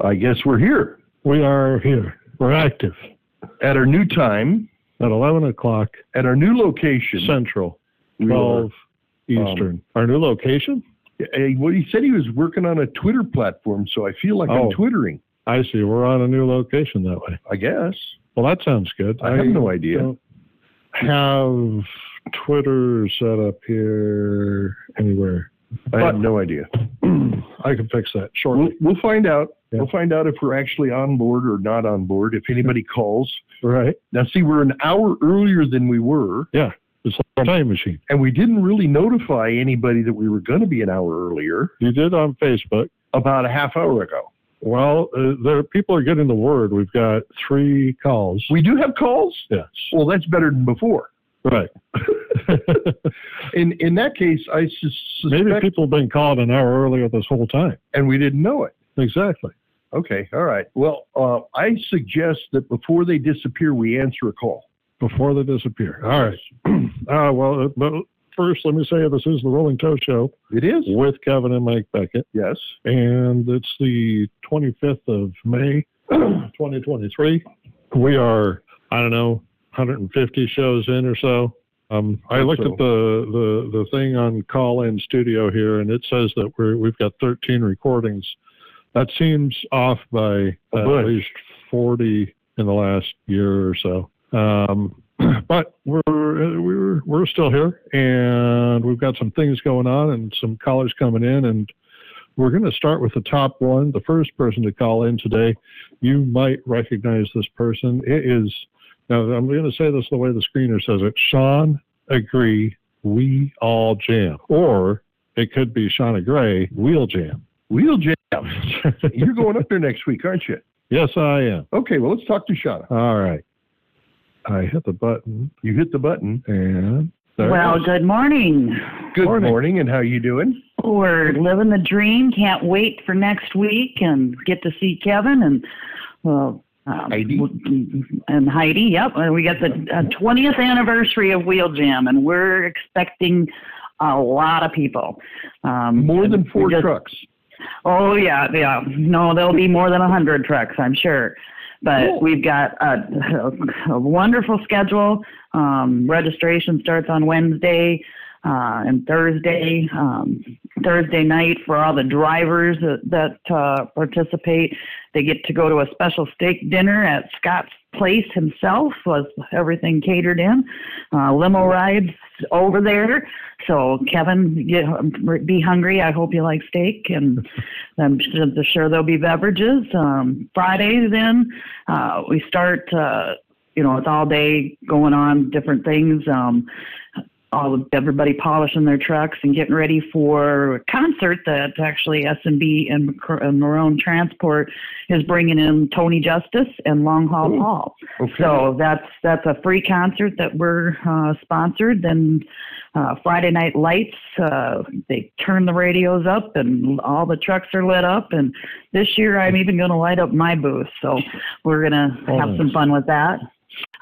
I guess we're here We are here. We're active at our new time, at 11 o'clock at our new location. Central, We 12 um, Eastern. Our new location? were- eh, well, he said he was working on a Twitter platform, so I feel like Oh. I'm twittering. I see. We're on a new location that way. I guess Well, that sounds good. I, have no idea. don't have Twitter set up here anywhere. I have but- no idea. I can fix that We'll, shortly. we'll find out. Yeah. We'll find out if we're actually on board or not on board. If anybody calls. Right. Now, see, we're an hour earlier than we were, It's like a time machine. and we didn't really notify anybody that we were going to be an hour earlier. You did on Facebook. About a half hour ago, Well, uh, there people are getting the word. We've got three calls. we do have calls. yes. Well, that's better than before. Right. In in that case, I sus- suspect, Maybe people have been called an hour earlier this whole time. and we didn't know it. Exactly. Okay, all right. Well, uh, I suggest that before they disappear, we answer a call. Before they disappear. All right. Uh, well, uh, but first, let me say this is the Rolling Toe Show It is with Kevin and Mike Beckett, yes. and it's the 25th of May, 2023. We are, I don't know, 150 shows in or so. Um, I Think looked so. at the, the, the thing on call in studio here, and it says that we're, we've got 13 recordings. That seems off by A at bunch. least 40 in the last year or so. Um, but we're, we're, we're still here, and we've got some things going on and some callers coming in. And we're going to start with the top one. The first person to call in today you might recognize this person. It is, now I'm going to say this the way the screener says it Sean Agree, We All Jam. Or it could be Shauna Gray, Wheel Jam. Wheel jam. You're going up there next week, aren't you? yes, I am. Okay. Well, let's talk to Shauna. All right. I hit the button You hit the button. and. there it Well, is. good morning. Good morning, Morning. and how you doing? We're living the dream. Can't wait for next week and get to see Kevin and well, um, Heidi. and Heidi. Yep, and we got the uh, twentieth anniversary of Wheel Jam, and we're expecting a lot of people. Um, More than four we just- trucks. Oh yeah, yeah. No, there'll be more than a hundred trucks, I'm sure. But Cool. we've got a, a wonderful schedule. Um, registration starts on Wednesday uh, and Thursday. Um, Thursday night for all the drivers that, that uh, participate, they get to go to a special steak dinner at Scott's Place himself. Was everything catered in? Uh, limo rides over there. So Kevin, get, be hungry. I hope you like steak, and I'm sure, sure there'll be beverages. Um, Friday, then uh, we start. Uh, you know, it's all day going on different things. Um, all of everybody polishing their trucks and getting ready for a concert that actually S and B and Mac- and Maroon Transport is bringing in Tony Justice and Long Haul Ooh. Paul. Okay. So that's that's a free concert that we're uh, sponsored. Then uh, Friday Night Lights, uh, they turn the radios up and all the trucks are lit up. And this year I'm even going to light up my booth. So we're going to Oh, have nice. some fun with that.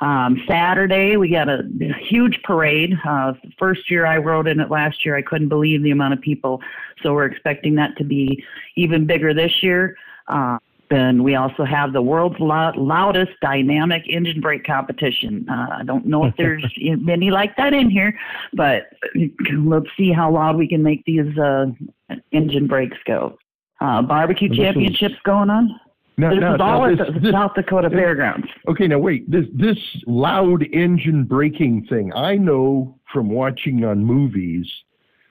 Um, Saturday we got a huge parade. Uh, first year I rode in it last year, I couldn't believe the amount of people. So we're expecting that to be even bigger this year. Uh, then we also have the world's lou- loudest dynamic engine brake competition. Uh, I don't know if there's many like that in here, but let's see how loud we can make these uh, engine brakes go. Uh, barbecue And this is- championships going on. now, This now, is all now, at this- the this- South Dakota this- Fairgrounds. Okay, now wait. This this loud engine braking thing, I know from watching on movies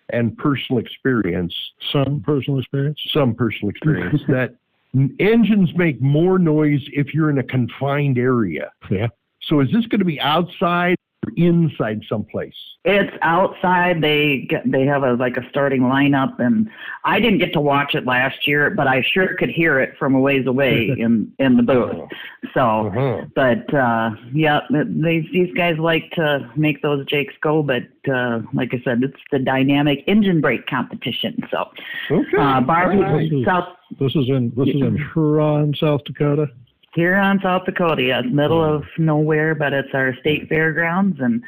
and personal experience, Some personal experience? some personal experience that n- engines make more noise if you're in a confined area. Yeah. So is this going to be outside or inside someplace? It's outside. They get, they have a like a starting lineup, and I didn't get to watch it last year, but I sure could hear it from a ways away in in the booth. So, Oh. Uh-huh. but uh, yeah, these these guys like to make those jakes go. But uh, like I said, it's the dynamic engine brake competition. So, Okay. uh, barbecue All right. South This is in this is in Huron, South Dakota. Mm. here on South Dakota, yeah, it's middle of nowhere, but it's our state fairgrounds, and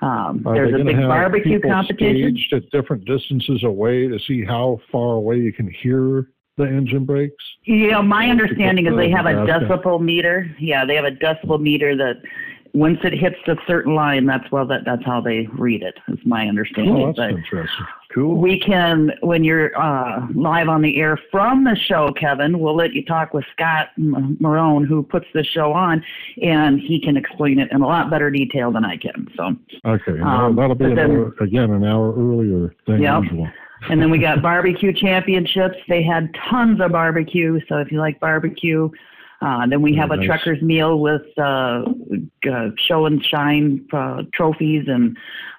um, Are there's they a gonna big have barbecue people competition. staged at different distances away to see how far away you can hear the engine brakes? Yeah, my understanding is they have a Okay. decibel meter. Yeah, they have a decibel meter that once it hits a certain line, that's well that that's how they read it. Is my understanding. Oh, that's But- interesting. Cool. we can, when you're uh, live on the air from the show, Kevin, we'll let you talk with Scott M- Marone, who puts this show on, and he can explain it in a lot better detail than I can. So, Okay, Um, well, that'll be but an then- hour, again an hour earlier than Yep. usual. and then we got barbecue championships. They had tons of barbecue. So if you like barbecue, uh, then we have a Nice. trucker's meal with uh, uh, show and shine uh, trophies and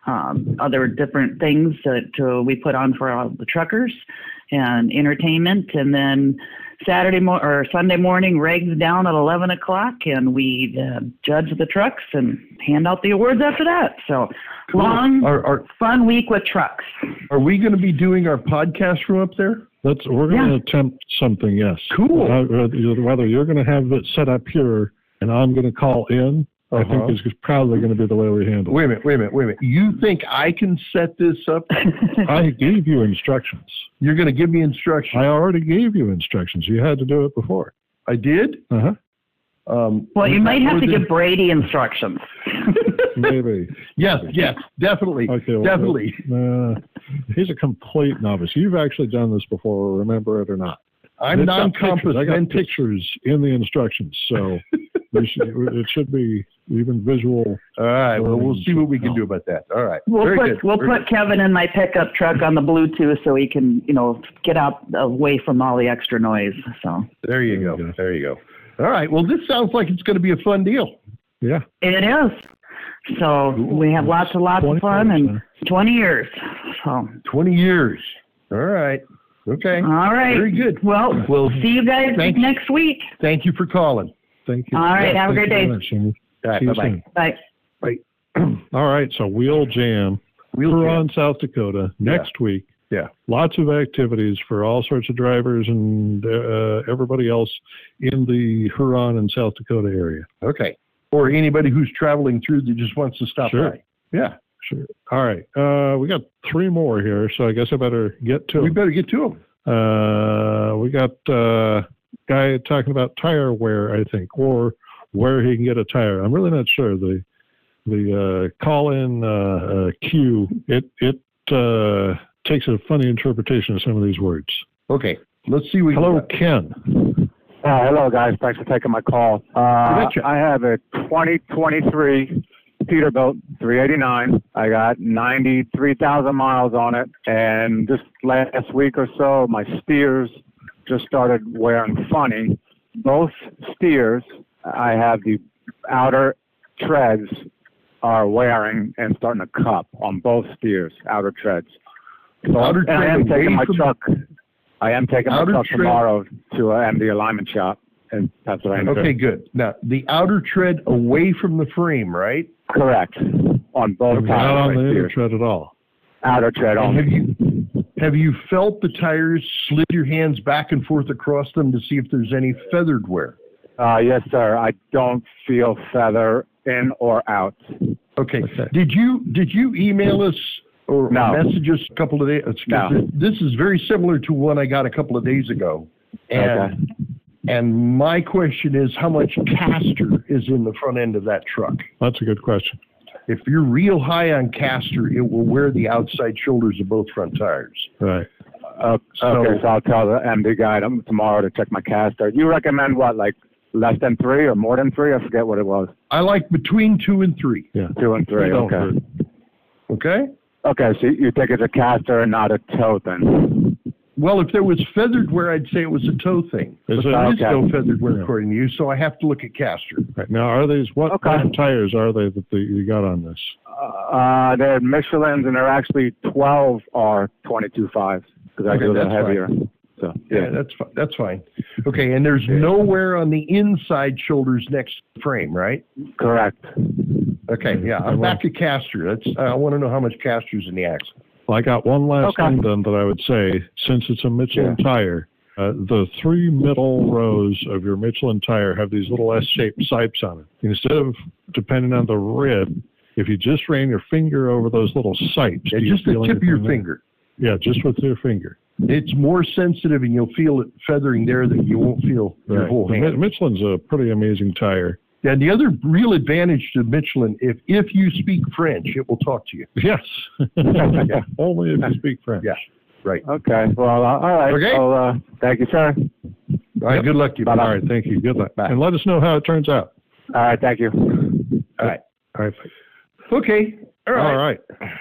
um, other different things that uh, we put on for all the truckers and entertainment. And then Saturday mo- or Sunday morning, regs down at 11 o'clock, and we uh, judge the trucks and hand out the awards after that. So long, Are, are, fun week with trucks. are we going to be doing our podcast from up there? That's we're going to attempt something. Yes. Cool. Uh, whether whether you're going to have it set up here and I'm going to call in, I Uh-huh. think is probably going to be the way we handle it. Wait a minute, wait a minute, wait a minute. You think I can set this up? Uh, I gave you instructions. You're going to give me instructions. I already gave you instructions. You had to do it before. I did? Uh huh. Um, Well, you might have to within- give Brady instructions. Maybe. Yes, yes, definitely. Okay. well, Definitely. Uh, he's a complete novice. You've actually done this before, remember it or not. I'm It's got non pictures. I got competent. pictures in the instructions, so we should, it should be even visual. Oh, All right, well, we'll see what we can do about that. All right. We'll Very put good. we'll Very put Kevin in my pickup truck on the Bluetooth so he can you know get out away from all the extra noise. So good. There you There we go. go. There you go. All right, well, this sounds like it's going to be a fun deal. Yeah. it is. So Cool. we have lots and lots of 20 fun years, and 20 years. So all 20 years. All right. Okay. right. Very good. Well, Well, see you guys Uh, Thank you. next week. thank you for calling. Thank you. All right, Yeah, have a great thank you day. very much, Jimmy. All right, See you bye-bye. soon. Bye. All right, so Wheel Jam. We'll We're see. on South Dakota Yeah. next week. Yeah. Lots of activities for all sorts of drivers and uh, everybody else in the Huron and South Dakota area. Okay. Or anybody who's traveling through that just wants to stop Sure. by. Yeah, Sure. All right. Uh, we got three more here, so I guess I better get to we them. better get to them. Uh, we got uh, guy talking about tire wear, I think, or where he can get a tire. I'm really not sure. The the uh, call in uh, uh, queue it it uh, takes a funny interpretation of some of these words. Okay, let's see. what We Hello, can- Ken. Uh, hello, guys. Thanks for taking my call. Uh, betcha. I have a 2023 Peterbilt 389. I got 93,000 miles on it, and just last week or so, my steers just started wearing funny. Both steers, I have the outer treads are wearing and starting to cup on both steers, outer treads. So Outer and I tread am away taking my from- truck. I am taking my Outer truck tread- tomorrow to uh, MD Alignment Shop in Pennsylvania. Okay, good. Now, the outer tread away from the frame, right? Correct. On Not both on tires, the right inner here. tread at all. outer tread And have on. you have you felt the tires slid your hands back and forth across them to see if there's any feathered wear? Uh, yes, sir. I don't feel feather in or out. Okay. Okay. Did you did you email us or No. message us a couple of days? No. This is very similar to one I got a couple of days ago. And and my question is how much caster is in the front end of that truck? That's a good question. If you're real high on caster, it will wear the outside shoulders of both front tires. Right. Uh, So- okay, so I'll tell the MD guy to- tomorrow to check my caster. You recommend what, like less than three or more than three? I forget what it was. I like between two and three. Two and three. Don't Okay. hurt. Okay? Okay, so you think it's a caster and not a toe then? Well, if there was feathered wear, I'd say it was a toe thing. Is But it? there is Okay. no feathered wear Yeah. according to you, so I have to look at caster. Right. Now, are these what Okay. kind of tires are they that the, you got on this? Uh, they're Michelins and they're actually 12 are 22.5 because I Okay, do them that's fine. heavier. So, Yeah, that's fine. That's fine. Okay, and there's nowhere on the inside shoulders next to the frame, right? correct. Okay, yeah. I will. I'm back to caster. That's I want to know how much caster's in the axle. Well, I got one last Okay. thing then that I would say, since it's a Michelin tire, uh, the three middle rows of your Michelin tire have these little S-shaped sipes on it. Instead of depending on the rib, if you just ran your finger over those little sipes, Yeah, do you just the feel tip of your anything there? finger. Yeah, just with your finger. It's more sensitive, and you'll feel it feathering there that you won't feel your Right. whole The Mi- hand. Michelin's a pretty amazing tire. And the other real advantage to Michelin, if if you speak French, it will talk to you. Yes. Only if you speak French. Yeah. Okay. Well, uh, all right. Okay. Well, uh, thank you, sir. All right, good luck to you. All right. Thank you. Good luck. Bye. And let us know how it turns out. All right. Thank you. All right. Okay. All right. All right.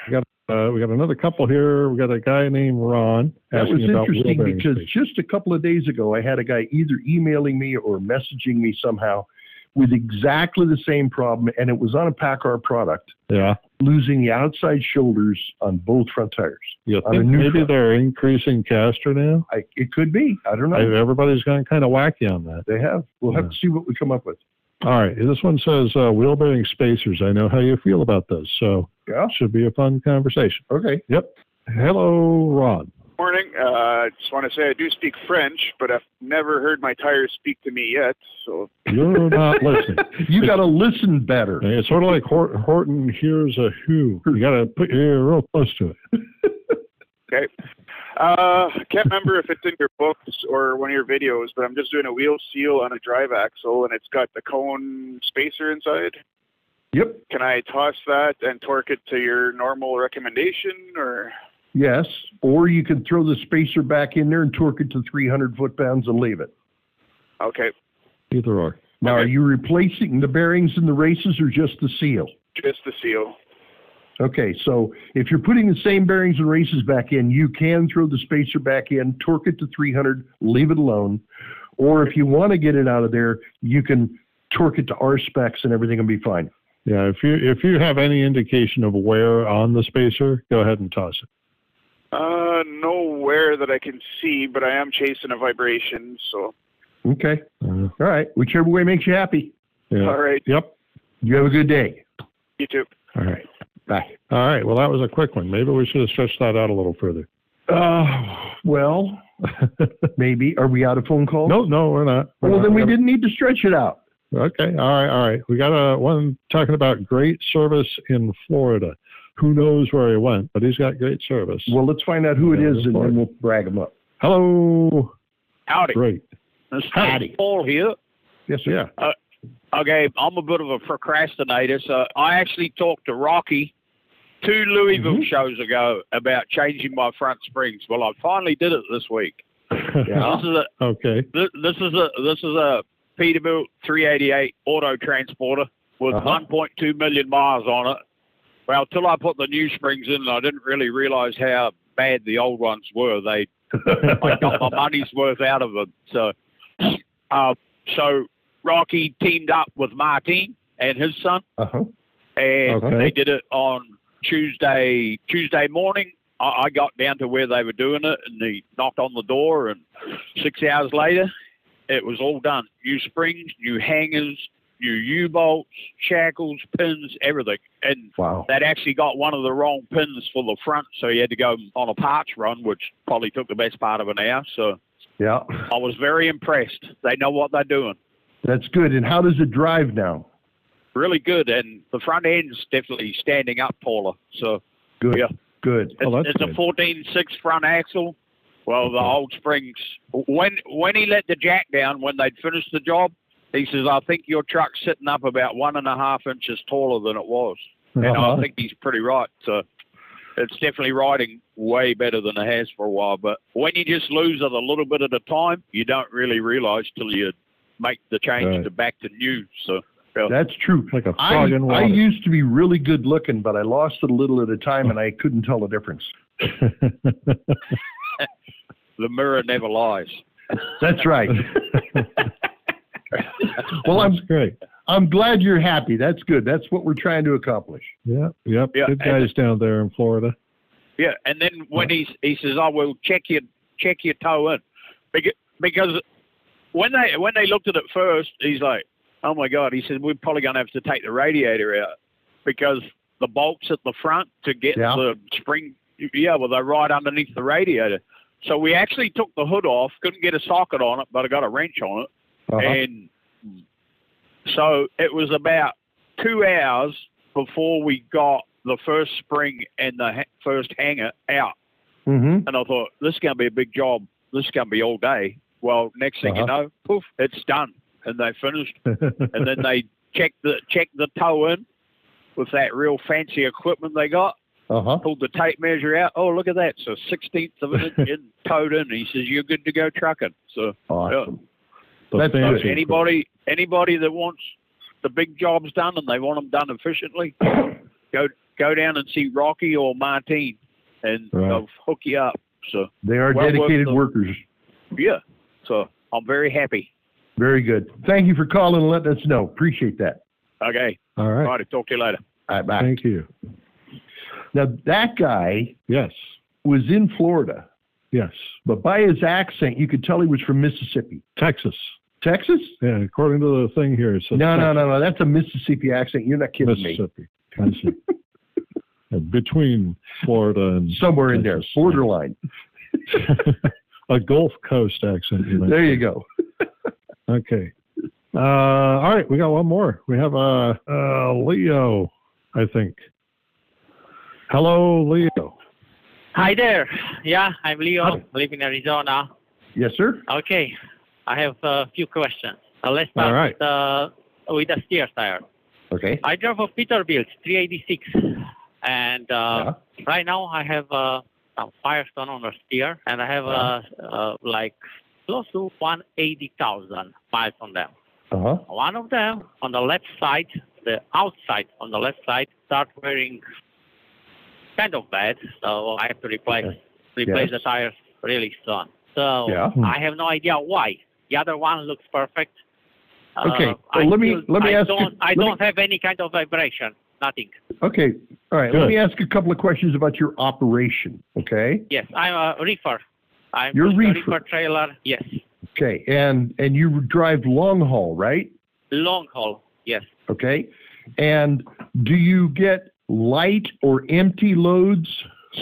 We got, uh, we got another couple here. We got a guy named Ron That was asking about interesting wheelbearing because speed. just a couple of days ago, I had a guy either emailing me or messaging me somehow with exactly the same problem, and it was on a Packard product, yeah, losing the outside shoulders on both front tires. you on a think new maybe truck. they're increasing caster now? I, it could be. I don't know. Everybody's gone kind of wacky on that. they have. We'll have Yeah. to see what we come up with. All right, this one says uh, wheel bearing spacers. I know how you feel about those, so Yeah. should be a fun conversation. Okay. Yep. Hello, Ron. Morning. Uh, just want to say I do speak French, but I've never heard my tires speak to me yet. So You're not listening. you got to listen better. It's sort of like Hort- Horton hears a who. You got to put your ear real close to it. uh, I can't remember if it's in your books or one of your videos, but I'm just doing a wheel seal on a drive axle, and it's got the cone spacer inside. Yep. Can I toss that and torque it to your normal recommendation, or Yes. Or you can throw the spacer back in there and torque it to 300 foot pounds and leave it. okay, Either or. Now, Okay. are you replacing the bearings in the races or just the seal? just the seal? Okay, so if you're putting the same bearings and races back in, you can throw the spacer back in, torque it to 300, leave it alone. Or if you want to get it out of there, you can torque it to R specs and everything will be fine. Yeah, if you if you have any indication of where on the spacer, go ahead and toss it. Uh, nowhere that I can see, but I am chasing a vibration. So Okay, Uh, all right, whichever way makes you happy. yeah. all right, Yep. You have a good day. you too. All right. Bye. All right. Well, that was a quick one. Maybe we should have stretched that out a little further. Uh, well, maybe. Are we out of phone calls? no, no, we're not. We're Well, not. then we Gotta- didn't need to stretch it out. Okay. All right. All right. We got a one talking about great service in Florida. Who knows where he went, but he's got great service. Well, let's find out who it Yeah, is and fine. then we'll brag them up. Hello. Howdy. Great. This is Howdy. Paul here. Yes, sir. Yeah. Okay, I'm a bit of a procrastinator, so I actually talked to Rocky two Louisville Mm-hmm. shows ago about changing my front springs. Well, I finally did it this week. Yeah. This is a okay. this, this is a this is a Peterbilt 388 auto transporter with Uh-huh. 1.2 million miles on it. Well, till I put the new springs in, I didn't really realize how bad the old ones were. They I got my money's worth out of them. So, uh, so Rocky teamed up with Martin and his son, Uh-huh. and Okay. they did it on Tuesday Tuesday morning. I, I got down to where they were doing it, and he knocked on the door, and six hours later, it was all done. New springs, new hangers, new U bolts, shackles, pins, everything, and Wow. that actually got one of the wrong pins for the front, so he had to go on a parts run, which probably took the best part of an hour. So Yeah, I was very impressed. They know what they're doing. that's good. And how does it drive now? Really good, and the front end's definitely standing up taller. So Good. Yeah. Good. it's, Oh, that's it's good. a 14.6 front axle. Well, the old springs. When when he let the jack down, when they'd finished the job, he says, "I think your truck's sitting up about one and a half inches taller than it was," and Uh-huh. I think he's pretty right. So it's definitely riding way better than it has for a while. But when you just lose it a little bit at a time, you don't really realize till you make the change Right. to back to new. So That's true. Like a I, frog in I water. used to be really good looking, but I lost it a little at a Oh. time and I couldn't tell the difference. the mirror never lies. That's right. well, That's I'm great. I'm glad you're happy. That's good. That's what we're trying to accomplish. Yeah. Yep. Yeah, Good and- guys down there in Florida. Yeah, and then when he's he says, "I will check your check your toe in," Beca- because when they when they looked at it first, he's like, "Oh my God!" He said, "We're probably going to have to take the radiator out because the bolts at the front to get Yeah. the spring, yeah, well they're right underneath the radiator." So we actually took the hood off, couldn't get a socket on it, but I got a wrench on it. Uh-huh. And so it was about two hours before we got the first spring and the ha- first hanger out. Mm-hmm. And I thought, this is going to be a big job. This is going to be all day. Well, next thing you know, poof, it's done. And they finished. And then they checked the, checked the toe in with that real fancy equipment they got, uh-huh. pulled the tape measure out. Oh, look at that. So 16th of an inch in, towed in. He says, you're good to go trucking. So Awesome. The That's fancy good. anybody anybody that wants the big jobs done and they want them done efficiently, go go down and see Rocky or Martine, and Right. they'll hook you up. So They are Well worth dedicated the- workers. yeah, so I'm very happy. Very good. Thank you for calling and letting us know. Appreciate that. Okay, All all right. right. Talk to you later. All right, bye. Thank you. Now that guy Yes. was in Florida, Yes. but by his accent, you could tell he was from Mississippi, Texas. Texas. Yeah. According to the thing here, it says No, no, Texas, no, no. That's a Mississippi accent. You're not kidding me. Mississippi. I see. And between Florida and Somewhere in there, Texas. borderline. a Gulf Coast accent. You meant. There you go. Okay. Uh, all right, we got one more. We have uh, uh, Leo, I think. Hello, Leo. Hi there. Yeah, I'm Leo. Hi. I live in Arizona. Yes, sir. Okay, I have a few questions. Uh, let's All start right. uh, with the steer tire. Okay. I drove a Peterbilt 386, and uh, right now I have uh, some Firestone on a steer, and I have uh, uh, like close to 180,000 miles on them. Uh huh. One of them on the left side, the outside on the left side, start wearing kind of bad. So I have to replace Okay. replace Yes. the tires really soon. So Yeah. I have no idea why. The other one looks perfect. Okay. Uh, I Well, let me- still- let me I ask you- Don't, I let me- don't have any kind of vibration. Nothing. Okay. All right. Let Good. me ask a couple of questions about your operation. Okay. Yes, I'm a reefer. I'm You're just a reefer. reefer trailer. Yes, Okay. And and you drive long haul, right? long haul. Yes. Okay. And do you get light or empty loads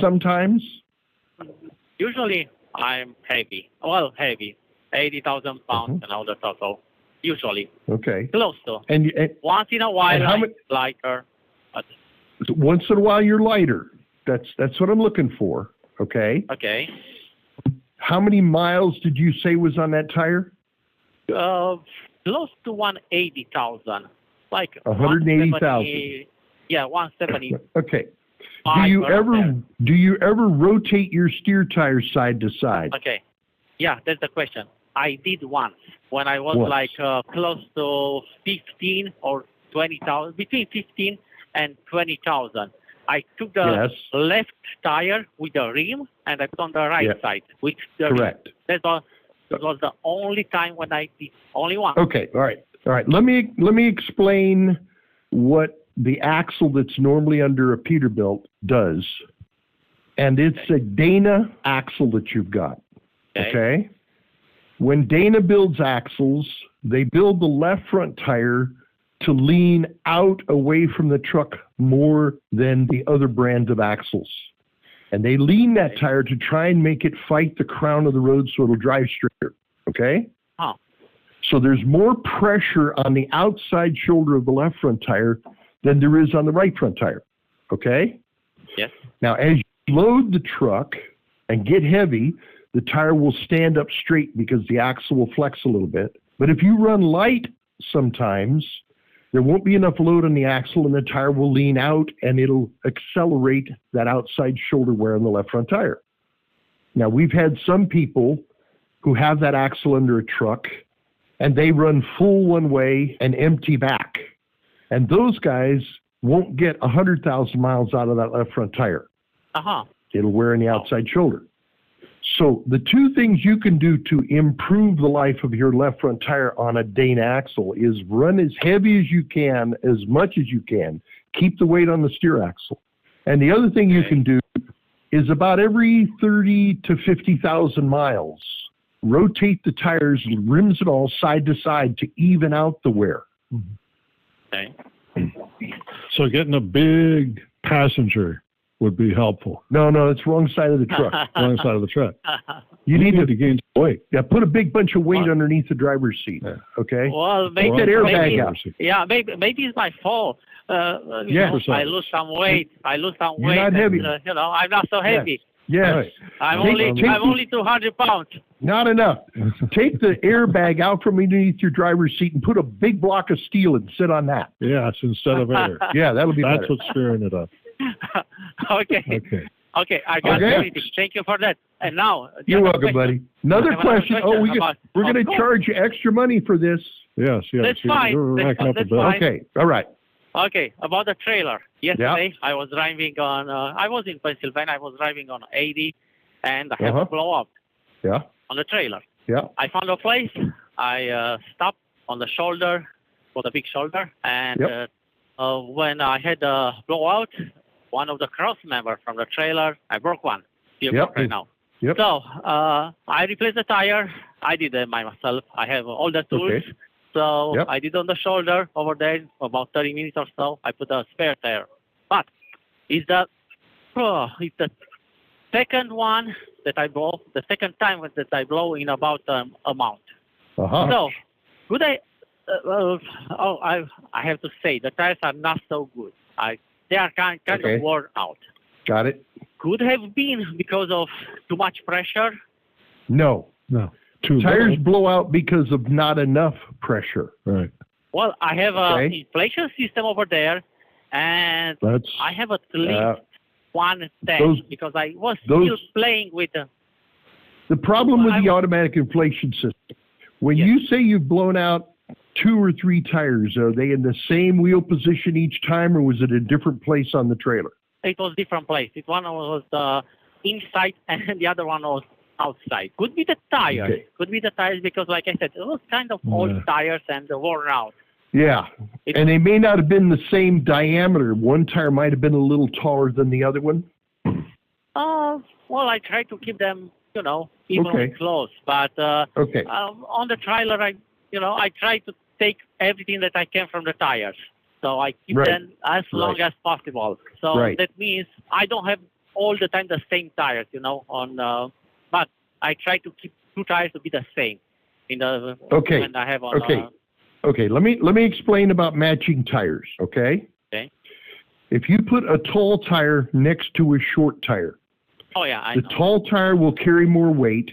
sometimes? Usually I'm heavy. Well, heavy. 80,000 pounds Mm-hmm. and all the total. Usually. Okay. Close to. And, and Once in a while, And how I mu- like uh, her. But, once in a while you're lighter. That's that's what I'm looking for. Okay. okay. How many miles did you say was on that tire? Uh, close to 180,000. Like 180,000. 170 Yeah, 175. Okay. Do you around ever there. do you ever rotate your steer tire side to side? Okay. Yeah, that's the question. I did once when I was Once. like uh, close to 15 or 20,000, between 15 and 20,000. I took the Yes. left tire with the rim and I put on the right Yeah. side with the rim. Correct. That was, that was the only time when I did, only one. Okay, all right, all right. Let me let me explain what the axle that's normally under a Peterbilt does, and it's a Dana axle that you've got. Okay. When Dana builds axles, they build the left front tire to lean out away from the truck more than the other brands of axles. And they lean that tire to try and make it fight the crown of the road so it'll drive straighter. Okay? Huh. So there's more pressure on the outside shoulder of the left front tire than there is on the right front tire. Okay? Yes. Now, as you load the truck and get heavy, the tire will stand up straight because the axle will flex a little bit. But if you run light sometimes, there won't be enough load on the axle and the tire will lean out and it'll accelerate that outside shoulder wear on the left front tire. Now, we've had some people who have that axle under a truck and they run full one way and empty back. And those guys won't get 100,000 miles out of that left front tire Uh huh. it'll wear on the outside shoulder. So the two things you can do to improve the life of your left front tire on a Dana axle is run as heavy as you can, as much as you can. Keep the weight on the steer axle. And the other thing you can do is about every 30 to 50,000 miles, rotate the tires, rims and all, side to side to even out the wear. Okay. So getting a big passenger would be helpful No, no, it's wrong side of the truck. on the side of the truck. You need to to gain some weight. yeah, put a big bunch of weight What? underneath the driver's seat. Yeah. Okay. well, maybe, Or- that airbag maybe, out. yeah, maybe, maybe it's my fault. Uh, you Yeah. know, I lose some weight. I lose some You're weight. not and, heavy. uh, you know, I'm not so heavy. Yes. I'm Take- only take I'm the- only 200 pounds. Not enough. Take the airbag out from underneath your driver's seat and put a big block of steel and sit on that. Yes, instead of air. Yeah, that'll be That's better. what's stirring it up. okay, Okay. okay, I got Okay. everything. Thank you for that. And now the You're other welcome, question. buddy. Another Another question. Oh, we got, about- we're of going to course. charge you extra money for this. Yes, yes. That's you're- fine. You're That's- racking up a that's bill. fine. Okay. All right. Okay, about the trailer. Yesterday I was driving on. Uh, I was in Pennsylvania. I was driving on 80, and I had Uh-huh. a blow up Yeah. on the trailer. Yeah. I found a place. I uh, stopped on the shoulder, for the big shoulder, and Yep. uh, uh, when I had a blowout, one of the cross member from the trailer, I broke one. You Yep. right now. Yep. So uh, I replaced the tire. I did it by myself. I have all the tools. Okay. So Yep. I did on the shoulder over there about 30 minutes or so. I put a spare tire. But it's the oh, it's the second one that I blow, the second time that I blow in about um, amount. Uh huh. So good. I uh, uh, oh I I have to say the tires are not so good. I they are kind kind Okay. of worn out. Got it? Could have been because of too much pressure. No. Too Tires blow out because of not enough pressure. low. Right. Well, I have a Okay. inflation system over there, and That's I have at least Uh, one test those- because I was still those- playing with uh, the The problem Well, with the I- automatic inflation system, when Yes. you say you've blown out two or three tires, are they in the same wheel position each time or was it a different place on the trailer? it was different place. It one was uh, inside and the other one was outside. Could be the tires. Okay. Could be the tires because, like I said, it was kind of old Yeah. tires and worn out. Yeah. It- and they may not have been the same diameter. One tire might have been a little taller than the other one. Uh, well, I try to keep them, you know, even Okay. close. But uh, Okay. um, on the trailer, I, you know, I try to take everything that I can from the tires. So I keep Right. them as long Right. as possible. So Right. that means I don't have all the time the same tires, you know. On uh, but I try to keep two tires to be the same. In the Okay. when I have on Okay. uh, Okay, let me let me explain about matching tires, okay? Okay. If you put a tall tire next to a short tire, oh yeah, I the know. tall tire will carry more weight.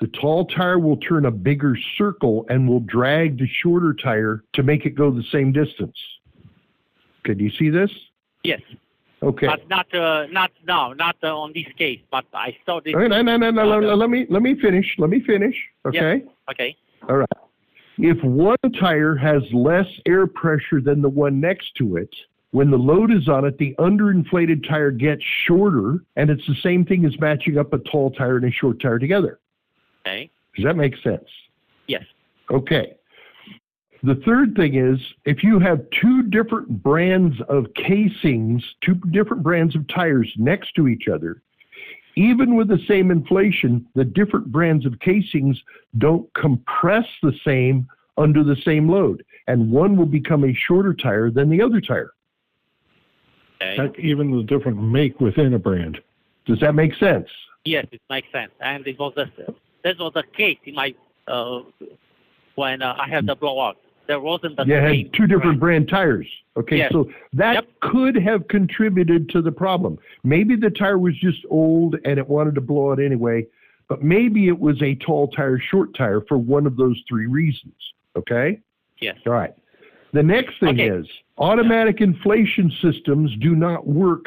The tall tire will turn a bigger circle and will drag the shorter tire to make it go the same distance. Okay, do you see this? yes, Okay. but not uh, not now, not uh, on this case. But I saw this. Okay, no, no, no, no, no, let me let me finish. Let me finish. Okay. Okay, If one tire has less air pressure than the one next to it, when the load is on it, the underinflated tire gets shorter, and it's the same thing as matching up a tall tire and a short tire together. okay, Does that make sense? yes, Okay. The third thing is if you have two different brands of casings, two different brands of tires next to each other, even with the same inflation, the different brands of casings don't compress the same under the same load, and one will become a shorter tire than the other tire. okay. heck, even the different make within a brand. Does that make sense? Yes, it makes sense. And it was the, this was the case in my uh, when uh, I had the blowout. There wasn't the yeah, it same had two different brand tires. Okay, Yes. so that Yep. could have contributed to the problem. Maybe the tire was just old and it wanted to blow out anyway, but maybe it was a tall tire, short tire for one of those three reasons. Okay? Yes. All right. The next thing Okay. is automatic inflation systems do not work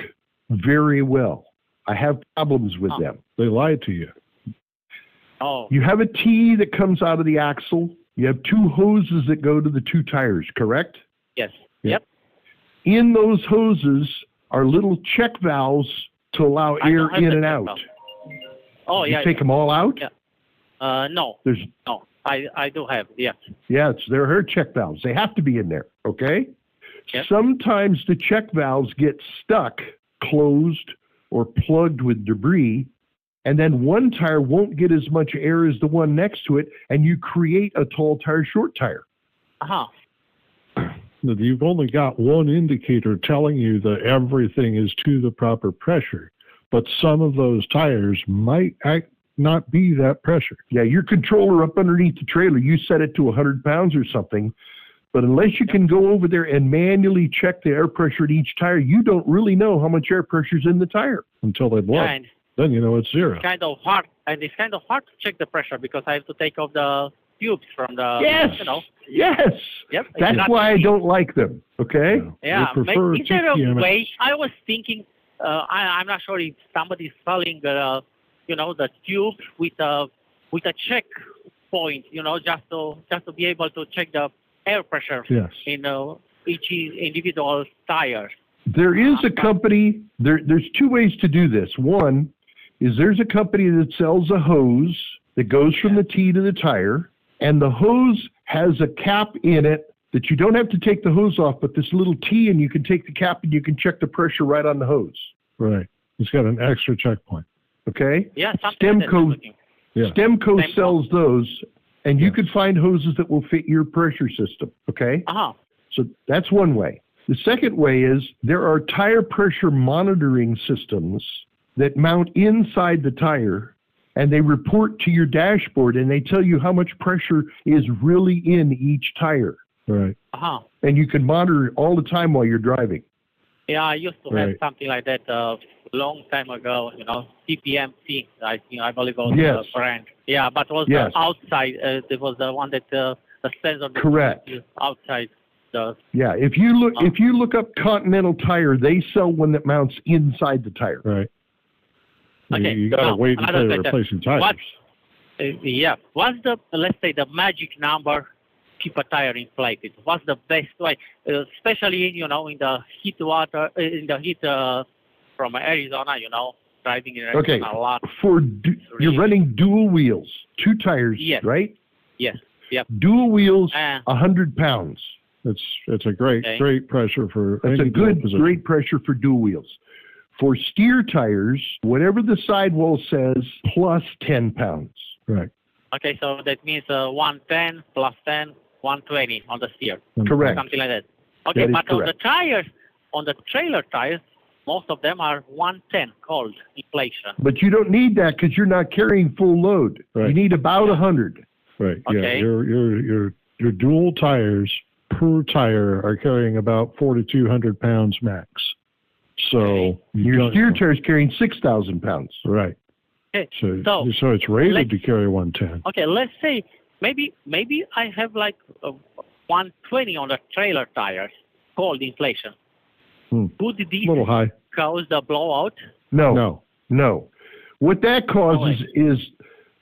very well. I have problems with Oh. them. They lied to you. Oh, You have a T that comes out of the axle. You have two hoses that go to the two tires, correct? yes. in those hoses are little check valves to allow I air don't have in the and check out. valve. Oh, you yeah. take them all out. Yeah. Uh, no, There's no. I, I do have, yes. yeah, it's they're air check valves. They have to be in there. Okay. Yep. Sometimes the check valves get stuck, closed, or plugged with debris, and then one tire won't get as much air as the one next to it, and you create a tall tire, short tire. Uh-huh. That You've only got one indicator telling you that everything is to the proper pressure, but some of those tires might act, not be that pressure. Yeah, your controller up underneath the trailer, you set it to 100 pounds or something. But unless you can go over there and manually check the air pressure at each tire, you don't really know how much air pressure's in the tire. until they blow. And Then you know it's zero. Kind of hard, and it's kind of hard to check the pressure because I have to take off the tubes from the. Yes. You know. Yes. Yep. it's That's not why I easy. don't like them. Okay. You Yeah, may- prefer is there a 2PM. way? I was thinking, uh, I, I'm not sure if somebody's selling, uh, you know, the tube with a with a check point, you know, just to just to be able to check the air pressure Yes. in uh, each individual tire. There is a company. There, there's two ways to do this. One is there's a company that sells a hose that goes from the T to the tire, and the hose has a cap in it that you don't have to take the hose off, but this little T, and you can take the cap and you can check the pressure right on the hose. Right. It's got an extra checkpoint. Okay. Yeah, something Stem that's code. looking. Yeah. Stemco Stemco. sells those, and you Yes. can find hoses that will fit your pressure system. Okay. Uh-huh. So that's one way. The second way is there are tire pressure monitoring systems that mount inside the tire and they report to your dashboard and they tell you how much pressure is really in each tire. Right. Uh-huh. And you can monitor it all the time while you're driving. Yeah, I used to have Right. something like that uh, long time ago. You know, CPMC. I think I believe was Yes. the brand. Yeah, but was Yes. the outside. Uh, there was the one that uh, the sensor. that Correct. is Outside the. Yeah. If you look Uh. Oh. if you look up Continental Tire, they sell one that mounts inside the tire. Right. You- Okay, You, got to now, wait another until they're question. replacing tires. What- Uh, yeah. What's the let's say the magic number? Keep a tire inflated. What's the best way, uh, especially you know in the heat water uh, in the heat uh, from Arizona? You know, driving in Okay. Arizona a lot. For du- you're running dual wheels, two tires, Yes. right? Yes. Dual wheels, Uh, a hundred pounds. It's it's a great Okay. great pressure for That's a any good, position. great pressure for dual wheels. For steer tires, whatever the sidewall says, plus 10 pounds. Right. Okay, so that means uh, 110 plus 10, 120 on the steer, And- Correct. something like that. Okay, That is but on the correct. tires, on the trailer tires, most of them are 110 cold inflation. But you don't need that because you're not carrying full load. You Right. need about 100. Right. Yeah. Okay. Your your your your dual tires per tire are carrying about four to two hundred pounds max. So Okay. you Your don't- steer tire is carrying 6,000 pounds. Right. Okay, So, so so it's rated let's- to carry one ten. Okay, let's say maybe maybe I have like uh, 120 on the trailer tires, cold inflation. Hmm. Would this Oh, A little high. cause the blowout? No, no. No. What that causes is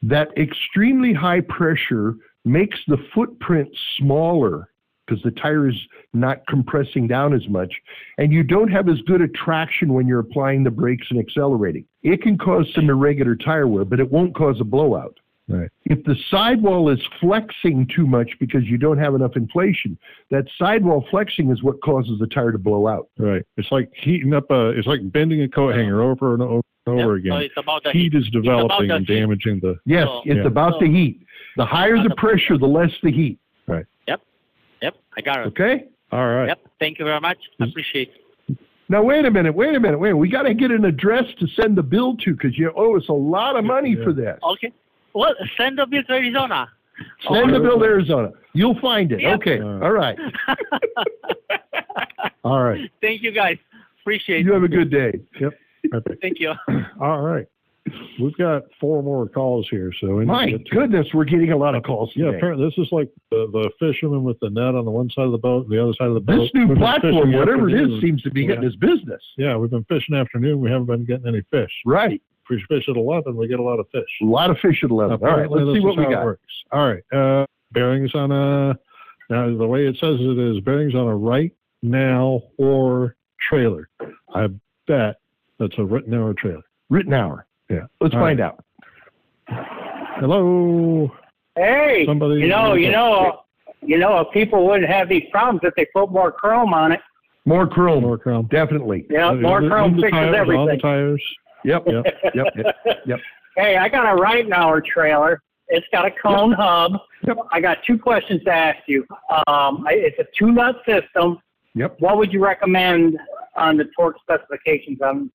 that extremely high pressure makes the footprint smaller because the tire is not compressing down as much, and you don't have as good a traction when you're applying the brakes and accelerating. It can cause some irregular tire wear, but it won't cause a blowout. Right. If the sidewall is flexing too much because you don't have enough inflation, that sidewall flexing is what causes the tire to blow out. Right. It's like heating up a. It's like bending a coat hanger over and over and over Yeah, So again. it's about the Heat is about developing the and heat. damaging the. Yes, So- it's Yeah. about the So- heat. The higher the pressure, the less the heat. Yep, I got it. Okay? Mm-hmm. All right. Yep, thank you very much. Appreciate. it. Now wait a minute, wait a minute, wait. We got to get an address to send the bill to because you owe us a lot of money for that. Okay. Well, send the bill to Arizona. Send the bill to Arizona. You'll find it. oh, Yeah. Okay. Uh, All right. All right. Thank you guys. Appreciate You it. have a good day. Perfect. Thank you. All right. We've got four more calls here, so we need to My get to- goodness, we're getting a lot of calls Yeah, today. apparently this is like the, the fisherman with the net on the one side of the boat, and the other side of the boat. This new We've been platform, fishing whatever it is, afternoon. seems to be getting his business. Yeah, we've been fishing afternoon. We haven't been getting any fish. Right. If we fish at eleven, we get a lot of fish. A lot of fish at 11. All right, Apparently let's this see what is we how it got. works. All right, uh, bearings on a now the way it says it is bearings on a right now or trailer. I bet that's a right now or trailer. Written hour. Yeah. Let's All find out. Hello, Hey, somebody. you know, you know, you know, if people wouldn't have these problems if they put more chrome on it. More chrome. More chrome. Definitely. Yeah, more On the- on chrome the fixes tires, On the everything. tires. Yep. Yeah. Yep. Yep. yep. Hey, I got a right now trailer. It's got a cone hub. Yep. I got two questions to ask you. Um, I- it's a two nut system. Yep. What would you recommend on the torque specifications on?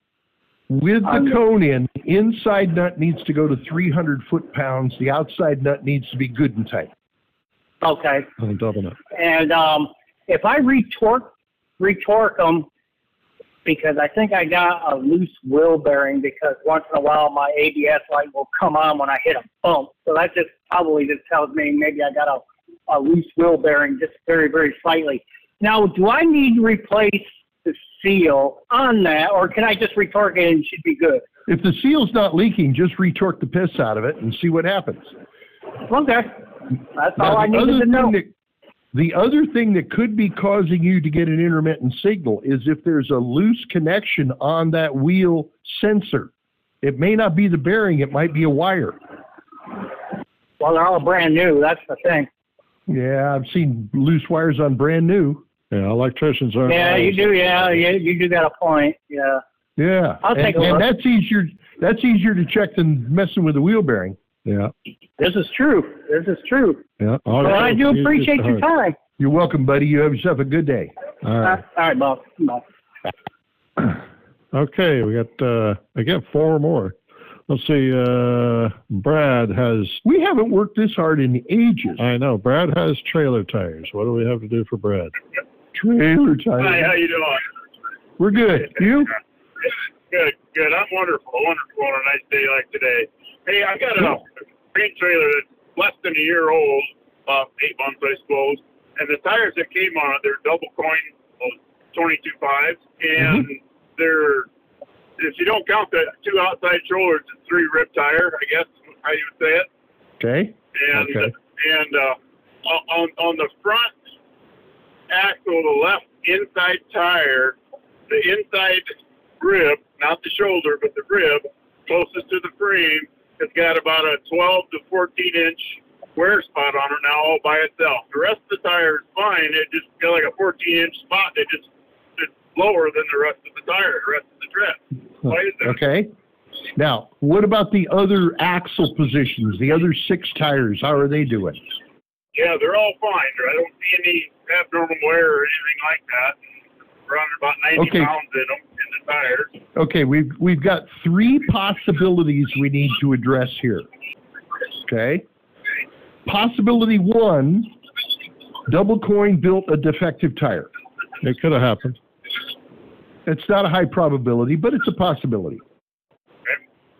With the Um, cone in, inside nut needs to go to 300 foot pounds. The outside nut needs to be good and tight. Okay, I'm double nut. and um, if I retorque retorque them, because I think I got a loose wheel bearing because once in a while my ABS light will come on when I hit a bump. So that just probably just tells me maybe I got a, a loose wheel bearing just very, very slightly. Now, do I need to replace the seal on that or can I just retorque it and it should be good? If the seal's not leaking, just retorque the piss out of it and see what happens. Okay. That's all Now, I the needed other to know. thing that- The other thing that could be causing you to get an intermittent signal is if there's a loose connection on that wheel sensor. It may not be the bearing, it might be a wire. Well, they're all brand new. That's the thing. Yeah, I've seen loose wires on brand new. Yeah, electricians are. Yeah, you do. Yeah, you, you do got a point. Yeah. Yeah. I'll take and, a and look. that's easier that's easier to check than messing with a wheel bearing. Yeah, This is true. This is true. yeah. Well, I do appreciate your time. You're welcome, buddy. You have yourself a good day. All All right. right, all right boss. Bye. Okay, we got uh again four more. Let's see, uh Brad has We haven't worked this hard in ages. I know, Brad has trailer tires. What do we have to do for Brad? Trailer time. Hi, how you doing? We're good. You? Good, good. I'm wonderful, wonderful on a nice day like today. Hey, I got a green trailer that's less than a year old, about eight months, I suppose. And the tires that came on it, they're double coin, well, 22 fives, and Mm-hmm. they're if you don't count the two outside shoulders, it's three rib tire, I guess how you would say it. Okay. and Okay. and uh, on- on on the front axle, the left inside tire, the inside rib, not the shoulder, but the rib closest to the frame, has got about a 12 to 14 inch wear spot on it now all by itself. The rest of the tire is fine. It just got like a 14 inch spot that just it's lower than the rest of the tire, the rest of the tread. Why is that? Okay. Now, what about the other axle positions, the other six tires? How are they doing? Yeah, they're all fine. I don't see any abnormal wear or anything like that. Running about 90 Okay. pounds in them in the tires. Okay, we've we've got three possibilities we need to address here. Okay. Possibility one, double coin built a defective tire. It could have happened. It's not a high probability, but it's a possibility.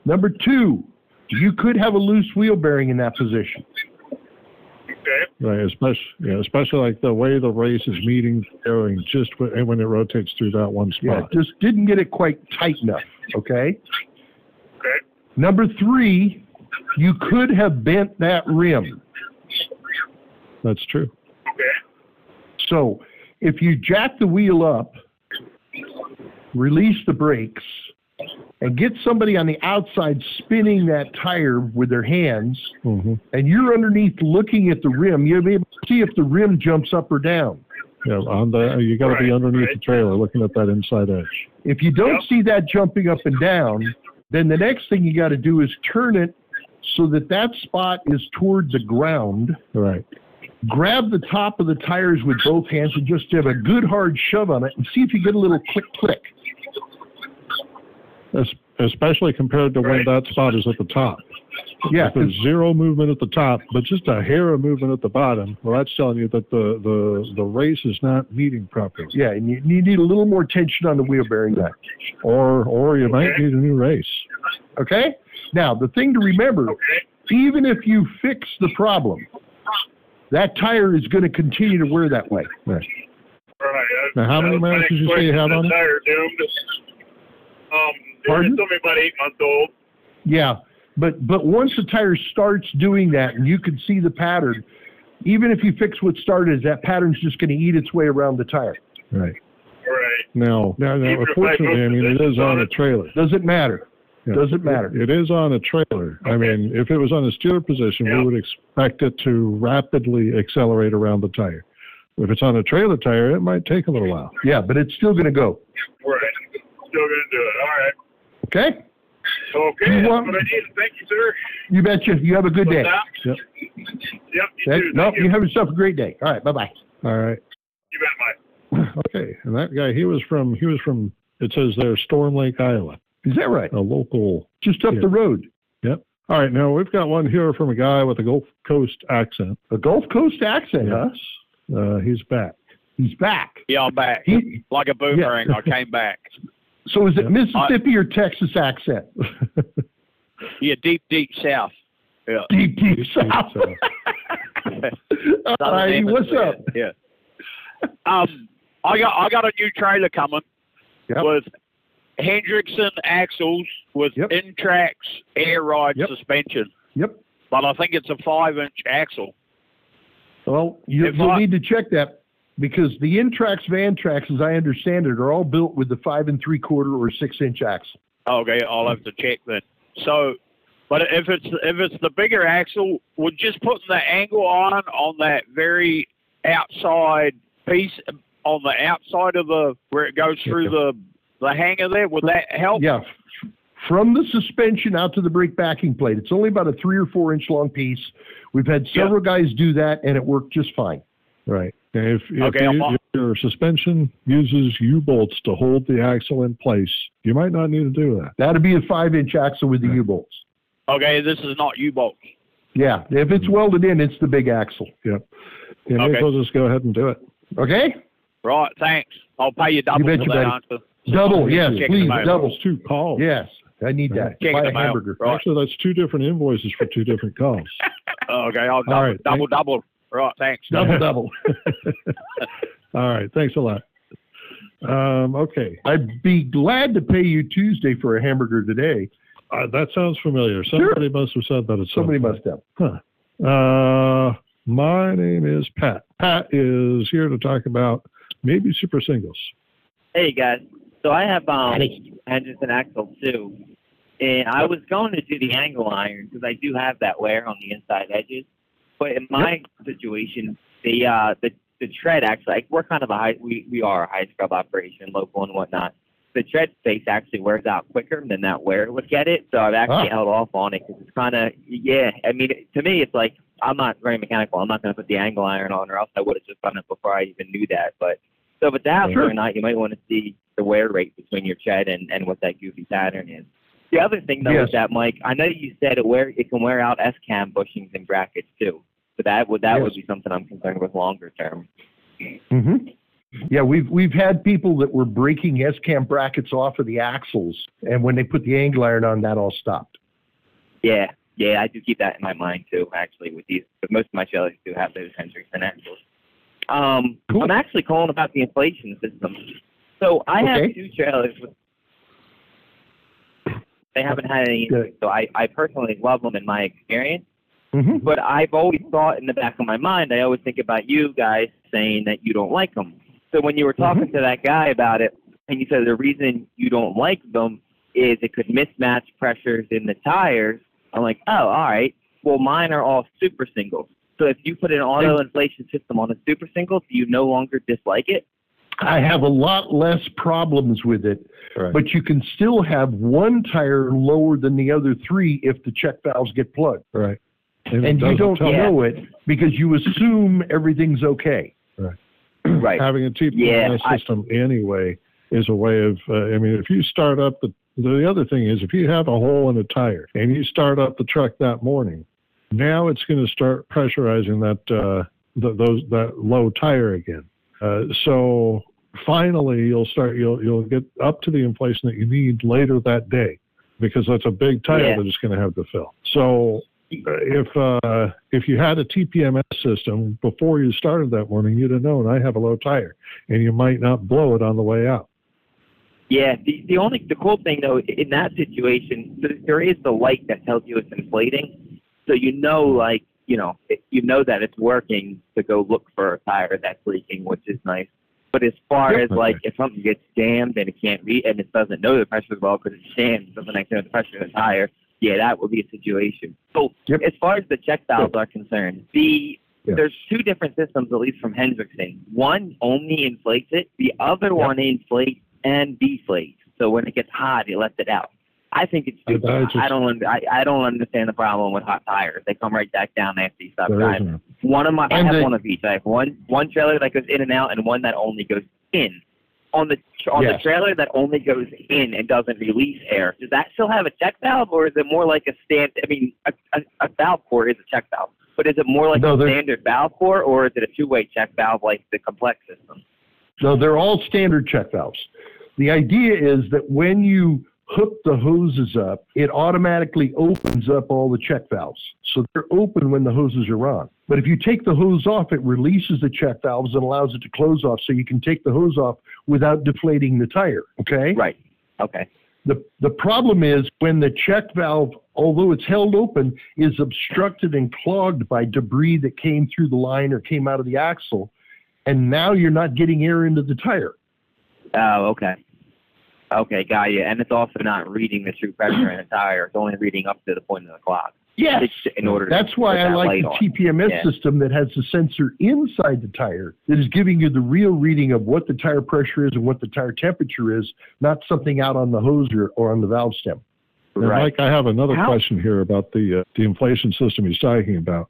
Number two, you could have a loose wheel bearing in that position. Okay. Right, especially yeah, especially like the way the race is meeting going just when, when it rotates through that one Yeah, spot. just didn't get it quite tight enough. Okay. Okay. Number three, you could have bent that rim. That's true. Okay. So if you jack the wheel up, release the brakes, and get somebody on the outside spinning that tire with their hands, Mm-hmm. and you're underneath looking at the rim, you'll be able to see if the rim jumps up or down. Yeah, on the you got to be Right, underneath right. the trailer looking at that inside edge. If you don't Yep. see that jumping up and down, then the next thing you got to do is turn it so that that spot is toward the ground. Right. Grab the top of the tires with both hands and just have a good hard shove on it and see if you get a little click click. Es- especially compared to when that spot is at the top. Yeah, If there's zero movement at the top, Uh, but just a hair of movement at the bottom, well, that's telling you that the, the, the race is not meeting properly. Yeah, and you, you need a little more tension on the wheel bearing there. Or, or you might need a new race. Okay? Now, the thing to remember Okay. even if you fix the problem, that tire is going to continue to wear that way. All right. Uh, Now, how many that was my miles did next you say you question. had on The it? Tire doomed. Um, Pardon? it's only about eight months old. Yeah, but but once the tire starts doing that and you can see the pattern, even if you fix what started, that pattern's just going to eat its way around the tire. Right. All right. Now, now, now Even if I unfortunately, I mean, it is on a trailer. Doesn't matter. Yeah. Doesn't matter. It is on a trailer. I mean, if it was on a steer position, Yeah. we would expect it to rapidly accelerate around the tire. If it's on a trailer tire, it might take a little while. Yeah, but it's still going to go. All right. Still going to do it. All right. Okay? Okay. You That's want- what I need. Thank you, sir. You betcha. You have a good day. Yep. Yep. You Okay? too. No, Thank you have yourself a great day. All right, bye bye. All right. You bet, Mike. Okay, and that guy, he was from, he was from, it says there, Storm Lake, Iowa, Is that right? a local. Just up Yeah. the road. All right, now we've got one here from a guy with a Gulf Coast accent. A Gulf Coast accent, huh? Uh, he's back. He's back. Yeah, I'm back. He, Like a boomerang, I came back. So is it Mississippi or Texas accent? Yeah, deep, deep south. Yeah. Deep, deep south. All Southern righty, what's Hemisphere, up? Yeah. Um, I got I got a new trailer coming Yep. with Hendrickson axles with Yep. Intrax air ride Yep. suspension. Yep. But I think it's a five inch axle. Well, you, If you'll I- need to check that because the Intrax Van Trax, as I understand it, are all built with the five and three quarter or six inch axle. Okay, I'll have to check then. So, but if it's if it's the bigger axle, we're just putting the angle on on that very outside piece on the outside of the where it goes through the the hanger there. Would that help? Yeah. From the suspension out to the brake backing plate, it's only about a three or four inch long piece. We've had Yeah. several guys do that, and it worked just fine. Right. And If, if Okay, I'm you- on. your suspension uses U bolts to hold the axle in place, you might not need to do that. That'd be a five inch axle with the U bolts. Okay, this is not U bolt. Yeah, if it's welded in, it's the big axle. You may as Okay. well just go ahead and do it. Okay, Right, thanks. I'll pay you double bet for you, that buddy. answer. double. Yes, Check please them out. double. It's two calls. Yes, I need that. Check Buy a them out. hamburger. Right. Actually, that's two different invoices for two different calls. Okay, I'll double, right, double, double. Right, thanks. Double double. All right. Thanks a lot. Um, okay. I'd be glad to pay you Tuesday for a hamburger today. Uh, that sounds familiar. Sure. Somebody must have said that at some Somebody point. must have. Uh, my name is Pat. Pat is here to talk about maybe super singles. Hey guys, so I have um engines and axle too, and I was going to do the angle iron because I do have that wear on the inside edges. But in my situation, the uh the the tread actually, like we're kind of a high we we are a high scrub operation, local and whatnot. The tread space actually wears out quicker than that wear would get it, so I've actually Ah. held off on it because it's kind of yeah. I mean, to me, it's like I'm not very mechanical. I'm not going to put the angle iron on, or else I would have just done it before I even knew that. But so if it's out Sure. or not, you might want to see the wear rate between your tread and, and what that goofy pattern is. The other thing though Yes. is that Mike, I know you said it wear it can wear out S cam bushings and brackets too. So that would that would Yes. be something I'm concerned with longer term. hmm Yeah, we've we've had people that were breaking S cam brackets off of the axles, and when they put the angle iron on, that all stopped. Yeah, yeah, I do keep that in my mind too. Actually, with these, but most of my trailers do have those Hendrix and axles. Um, Cool. I'm actually calling about the inflation system. So I Okay. have two trailers. With, they haven't had any, Good. so I, I personally love them in my experience. hmm Mm-hmm. But I've always thought in the back of my mind, I always think about you guys saying that you don't like them. So when you were talking to that guy about it, and you said the reason you don't like them is it could mismatch pressures in the tires. I'm like, oh, all right. Well, mine are all super singles. So if you put an auto inflation system on a super single, do you no longer dislike it? I have a lot less problems with it, Right. but you can still have one tire lower than the other three if the check valves get plugged, Right. it and you doesn't don't tell- Yeah. know it because you assume everything's okay. Right. Having a TPMS Yeah, I- system anyway is a way of, uh, I mean, if you start up the, the other thing is if you have a hole in a tire and you start up the truck that morning, now it's going to start pressurizing that, uh, th- those, that low tire again. Uh, so finally you'll start, you'll, you'll get up to the inflation that you need later that day because that's a big tire Yeah. that it's going to have to fill. So uh, if uh, if you had a TPMS system before you started that morning, you'd have known I have a low tire, and you might not blow it on the way out. Yeah, the, the only the cool thing though in that situation, th- there is the light that tells you it's inflating, so you know like you know it, you know that it's working to go look for a tire that's leaking, which is nice. But as far Yep. as like if something gets jammed and it can't read and it doesn't know the pressure well because it's jammed, doesn't actually know the pressure of the tire. Yeah, that would be a situation. So Yep. as far as the check valves are concerned, the Yeah. there's two different systems at least from Hendrickson. One only inflates it, the other one inflates and deflates. So when it gets hot, it lets it out. I think it's I- I stupid. I, just- don't. und- I, I don't understand the problem with hot tires. They come right back down after you stop There driving. isn't a- One of my, I And have the- one of each. I have one one trailer that goes in and out, and one that only goes in. On the tr- on Yes. the trailer that only goes in and doesn't release air, does that still have a check valve, or is it more like a stand? I mean, a, a, a valve core is a check valve, but is it more like No, a they're- standard valve core, or is it a two-way check valve like the complex system? No, they're all standard check valves. The idea is that when you hook the hoses up, it automatically opens up all the check valves. So they're open when the hoses are on. But if you take the hose off, it releases the check valves and allows it to close off so you can take the hose off without deflating the tire. Okay? Right. Okay. The, the problem is when the check valve, although it's held open, is obstructed and clogged by debris that came through the line or came out of the axle, and now you're not getting air into the tire. Oh, okay. Okay, got you. And it's also not reading the true pressure in the tire. It's only reading up to the point of the clock. Yes. It's in order to That's why put I that like light the on. TPMS Yeah. system that has the sensor inside the tire that is giving you the real reading of what the tire pressure is and what the tire temperature is, not something out on the hose or, or on the valve stem. And Mike, I have another question here about the uh, the inflation system he's talking about.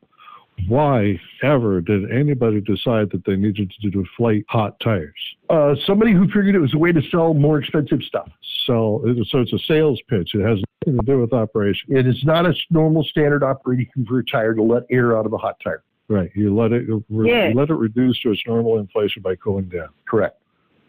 Why ever did anybody decide that they needed to deflate hot tires? Uh, somebody who figured it was a way to sell more expensive stuff. So, it- so it's a sales pitch. It has nothing to do with operation. It is not a normal standard operating for a tire to let air out of a hot tire. Right. You let it you re- Yeah. let it reduce to its normal inflation by cooling down. Correct.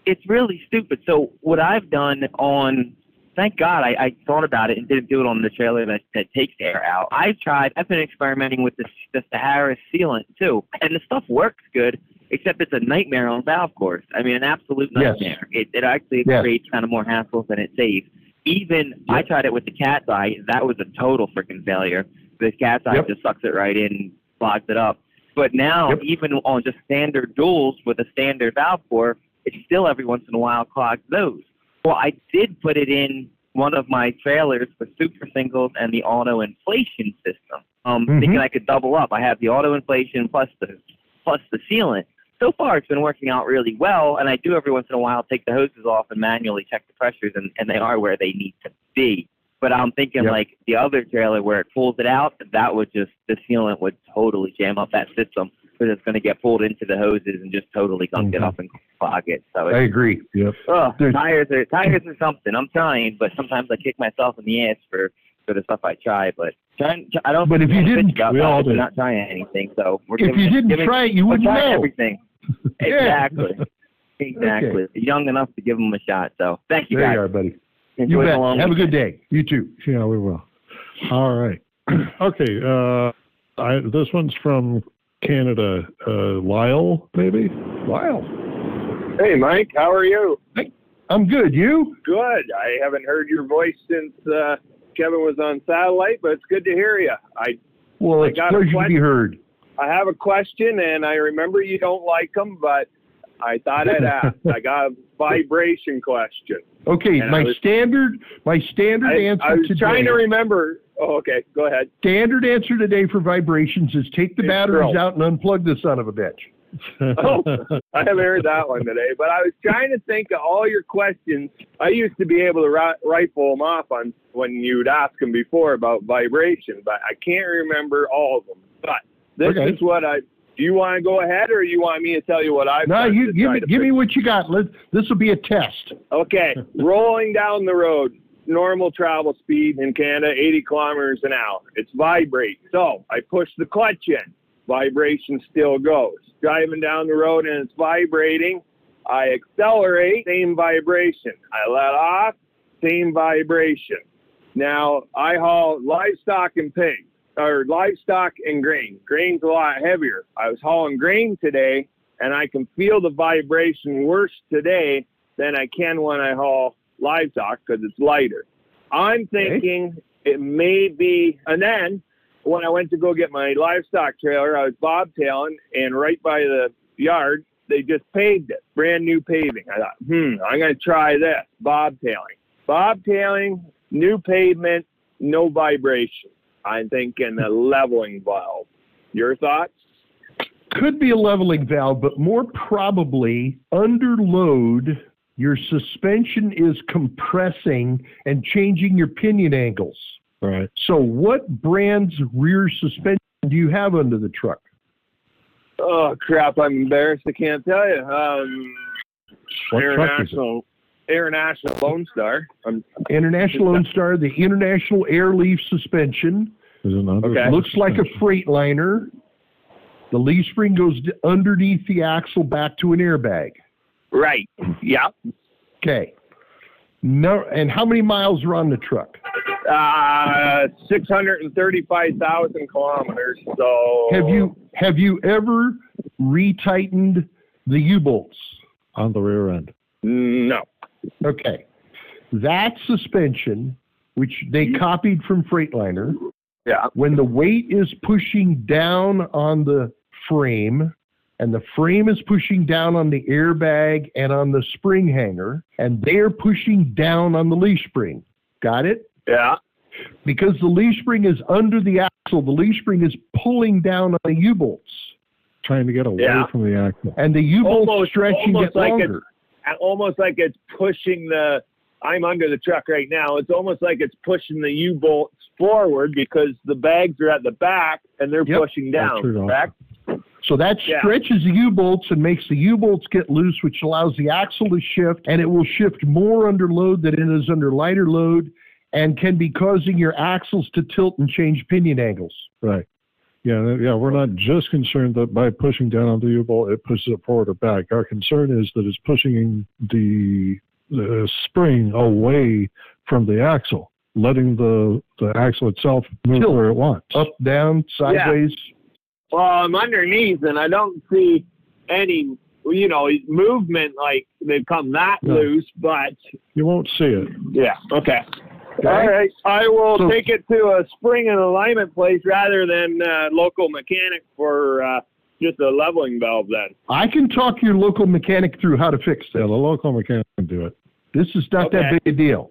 it's really stupid. So what I've done on, thank God I, I thought about it and didn't do it on the trailer that, that takes air out. I've tried, I've been experimenting with the, the Sahara sealant too, and the stuff works good, except it's a nightmare on valve course. I mean, an absolute Yes. nightmare. It, it actually Yes. creates kind of more hassles than it saves. Even I tried it with the cat's eye. That was a total freaking failure. The cat's eye Yep. just sucks it right in, and clogs it up. But now, Yep. even on just standard duels with a standard valve core, it still every once in a while clogs those. Well, I did put it in one of my trailers for super singles and the auto inflation system, um, Mhm. thinking I could double up. I have the auto inflation plus the plus the sealant. So far, it's been working out really well, and I do every once in a while take the hoses off and manually check the pressures, and, and they are where they need to be. But I'm thinking Yep. like the other trailer where it pulls it out, that would just the sealant would totally jam up that system because it's going to get pulled into the hoses and just totally gunk it Mhm. up and clog it. So I it's, agree. Yep. ugh, There's- tires are tires are something. I'm trying, but sometimes I kick myself in the ass for for the stuff I try. But trying, I don't. But if you I'm bitch didn't- about we that, all but we're did. not trying anything. So we're If giving you it- didn't giving, try it, you we're wouldn't trying know. everything. Yeah. Exactly. Exactly. Young enough to give them a shot. So thank you There guys. you are, buddy. You Enjoy the bet. long Have a good day. You too. Yeah, we will. All right. okay. Uh, I, this one's from Canada. Uh, Lyle, maybe. Wow. Hey, Mike, how are you? I'm good. You? Good. I haven't heard your voice since uh, Kevin was on satellite, but it's good to hear you. I Well, I it's a got a pleasure to be question. heard. I have a question, and I remember you don't like them, but I thought I'd ask. I got a vibration question. Okay, And I my was- standard my standard I, answer I was today. trying to remember. Oh, okay, go ahead. standard answer today for vibrations is take the Hey, batteries Earl. out and unplug the son of a bitch. Oh. I haven't heard that one today, but I was trying to think of all your questions. I used to be able to ri- rifle them off on when you'd ask them before about vibration, but I can't remember all of them. But this Okay. is what I. Do you want to go ahead, or you want me to tell you what I've? No, done you to give try me to give me what you got. Let this will be a test. Okay, rolling down the road, normal travel speed in Canada, 80 kilometers an hour. It's vibrating. So I push the clutch in, vibration still goes. Driving down the road and it's vibrating. I accelerate, same vibration. I let off, same vibration. Now I haul livestock and pigs, or livestock and grain. Grain's a lot heavier. I was hauling grain today, and I can feel the vibration worse today than I can when I haul livestock because it's lighter. I'm thinking it may be, and then when I went to go get my livestock trailer, I was bobtailing, and right by the yard, they just paved it, brand new paving. I thought, hmm, I'm going to try this bobtailing. Bobtailing, new pavement, no vibration. I'm thinking a leveling valve. Your thoughts? Could be a leveling valve, but more probably under load your suspension is compressing and changing your pinion angles. right. So what brand's rear suspension do you have under the truck? Oh crap! I'm embarrassed. I can't tell you. Um, What truck is it? international, international Lone Star. Um, I'm, International Lone Star, the International Air Leaf suspension. Is it another Okay. truck? Looks like a freight liner. The leaf spring goes d- underneath the axle back to an airbag. right. Yeah. Okay. No, and how many miles are on the truck? Uh, 635,000 kilometers. So Have you have you ever retightened the U-bolts on the rear end? No. Okay. That suspension, which they copied from Freightliner, yeah. when the weight is pushing down on the frame and the frame is pushing down on the airbag and on the spring hanger and they're pushing down on the leash spring. Got it? Yeah. Because the leash spring is under the axle, the leash spring is pulling down on the U-bolts. Trying to get away Yeah. from the axle. And the U-bolts Almost- stretch and almost get like longer. it's- almost like it's pushing the. I'm under the truck right now. It's almost like it's pushing the U bolts forward because the bags are at the back and they're pushing down. true, Doc. Correct? So that Yeah. stretches the U-bolts and makes the U-bolts get loose, which allows the axle to shift, and it will shift more under load than it is under lighter load, and can be causing your axles to tilt and change pinion angles. Right. Yeah, that- yeah, we're not just concerned that by pushing down on the U-bolt, it pushes it forward or back. Our concern is that it's pushing the, the spring away from the axle, letting the, the axle itself move where it wants. Up, down, sideways. Well, I'm underneath and I don't see any, you know, movement like they've come that loose, but You won't see it. Yeah. Okay. All right. I will take it to a spring and alignment place rather than uh, local mechanic for uh, just a leveling valve. Then. I can talk your local mechanic through how to fix that. Yeah, the local mechanic can do it. This is not Okay. that big a deal.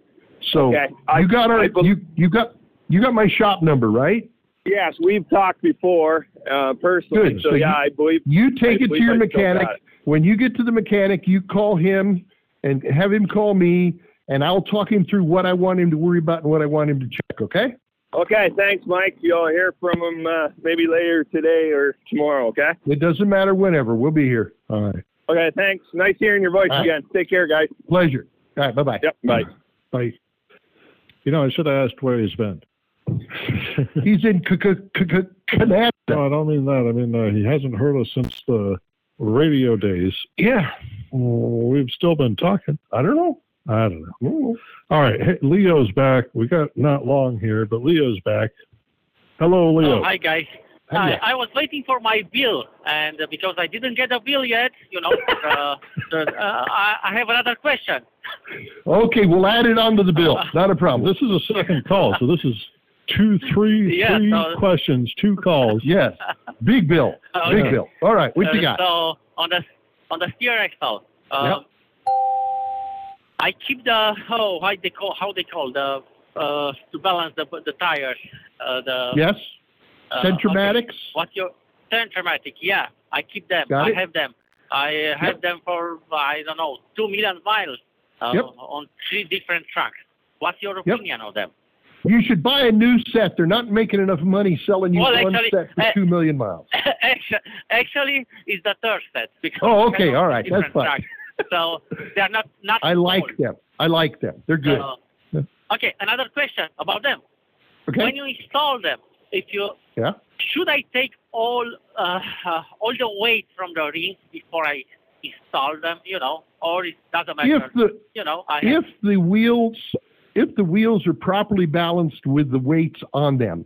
So you got our you you got you got my shop number right. Yes, we've talked before uh, personally. Good. So, So yeah, you- I believe You take I it to believe your I still got mechanic. it. When you get to the mechanic, you call him and have him call me, and I'll talk him through what I want him to worry about and what I want him to check. Okay. Okay, thanks, Mike. You'll hear from him uh, maybe later today or tomorrow. Okay. It doesn't matter whenever. We'll be here. All right. Okay. Thanks. Nice hearing your voice All right. again. Take care, guys. Pleasure. All right. Bye bye. Yep. Bye. Bye. You know, I should have asked where he's been. he's in Canada. No, I don't mean that. I mean, uh, he hasn't heard us since the radio days. Yeah. We've still been talking. I don't know. I don't know. All right. Hey, Leo's back. We got not long here, but Leo's back. Hello, Leo. Oh, hi guys. Hi. Hi. I was waiting for my bill, and uh, because I didn't get a bill yet, you know, uh, uh, I, I have another question. Okay, we'll add it onto the bill. Not a problem. This is a second call, so this is two, three, Yeah, three so- questions, two calls. Yes. Big bill. Okay. Big bill. All right. Uh, So on the on the steer axle, um, Yep. I keep the oh how they call how they call the uh, to balance the the tires. Uh, the yes. Uh, Centromatics. What's your centromatic? Yeah, I keep them. Got I it. have them. I uh, have them for I don't know two million miles Uh-huh. uh, Yep. on three different trucks. What's your opinion of them? You should buy a new set. They're not making enough money selling you Well, one actually, set for eh, uh, two million miles. actually, actually, it's the third set because Oh, we okay, have all right, that's different fine. trucks. So they are not not. I like small. them. I like them. They're good. Uh, okay, another question about them. Okay. When you install them, if you yeah. should I take all uh, uh, all the weight from the rings before I install them, you know, or it doesn't matter. If the- you know, I have, If the wheels if the wheels are properly balanced with the weights on them,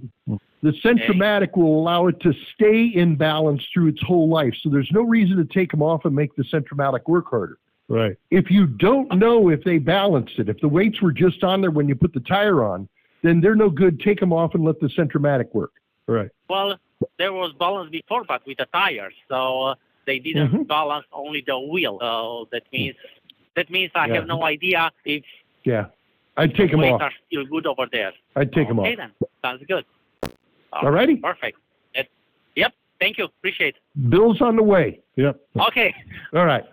the centromatic will allow it to stay in balance through its whole life. So there's no reason to take them off and make the centromatic work harder. Right. If you don't know if they balanced it, if the weights were just on there when you put the tire on, then they're no good. Take them off and let the centromatic work. Right. well, there was balance before, but with the tires, so uh, they didn't Mhm. balance only the wheel. So that means that means I Yeah. have no idea if Yeah. I'd take them weights off. are still good over there. I'd take them off. Okay then, sounds good. All righty. Perfect. That- Yep. Thank you. Appreciate. Bill's on the way. Yep. it. Okay. All right.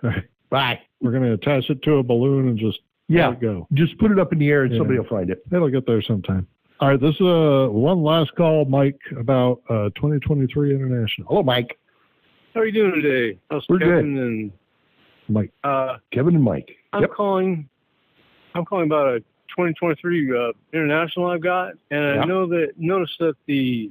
Bye. We're going to attach it to a balloon and just Yeah. let it go. Just put it up in the air and Yeah. somebody will find it. It'll get there sometime. All right. This is uh, one last call, Mike, about uh, 2023 International. Hello, Mike. How are you doing today? How's We're good. Kevin and Mike. uh, Kevin and Mike. I'm calling. I'm calling about a 2023 uh, international I've got, and Yeah. I know that notice that the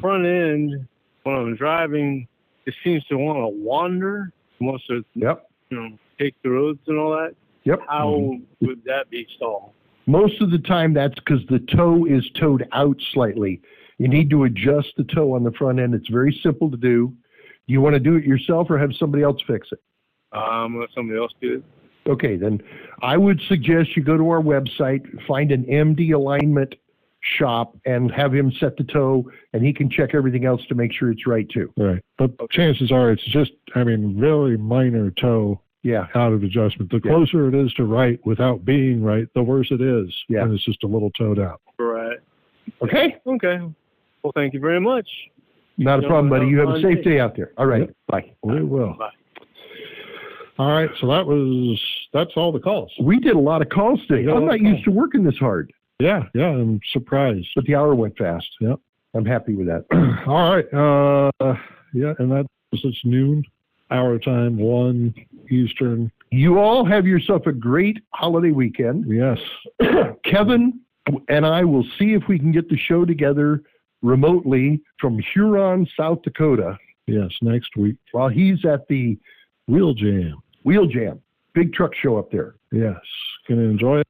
front end when I'm driving, it seems to want to wander. It Wants to Yep. you know take the roads and all that. Yep. Mm-hmm. How would that be solved? Most of the time, that's because the toe is towed out slightly. You need to adjust the toe on the front end. It's very simple to do. Do you want to do it yourself or have somebody else fix it? Um, let somebody else do it. Okay, then I would suggest you go to our website, find an MD alignment shop, and have him set the toe, and he can check everything else to make sure it's right too. Right. But chances are it's just, I mean, really minor toe yeah. out of adjustment. The closer it is to right without being right, the worse it is. Yeah. And it's just a little toed out. Right. Okay. Okay. Well, thank you very much. Not a problem, buddy. You have a safe day out there. All right. Bye. We Oh. will. All right. So that was, that's all the calls. We did a lot of calls today. I'm not used to working this hard. Yeah, yeah, I'm surprised. But the hour went fast. Yep. I'm happy with that. All right. Uh, yeah, and that's it's noon, our time, one Eastern. You all have yourself a great holiday weekend. Yes. Kevin and I will see if we can get the show together remotely from Huron, South Dakota, Yes, next week. while he's at the Wheel jam. Wheel Jam, big truck show up there. Yes, gonna enjoy it.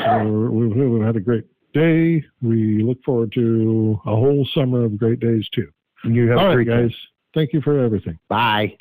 Uh, we- we- We've had a great day. We look forward to a whole summer of great days too. You have a All right, great day. guys. Thank you for everything. Bye.